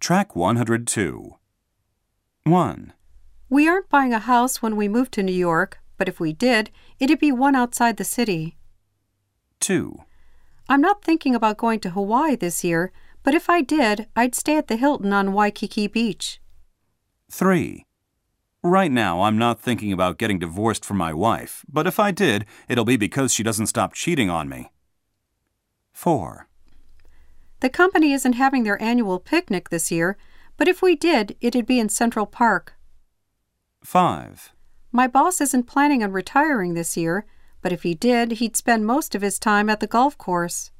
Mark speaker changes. Speaker 1: Track 102. 1,
Speaker 2: We aren't buying a house when we move to New York, but if we did, it'd be one outside the city.
Speaker 1: 2,
Speaker 2: I'm not thinking about going to Hawaii this year, but if I did, I'd stay at the Hilton on Waikiki Beach.
Speaker 1: 3. Right now, I'm not thinking about getting divorced from my wife, but if I did, it'll be because she doesn't stop cheating on me. 4,
Speaker 2: The company isn't having their annual picnic this year, but if we did, it'd be in Central Park.
Speaker 1: 5,
Speaker 2: My boss isn't planning on retiring this year, but if he did, he'd spend most of his time at the golf course.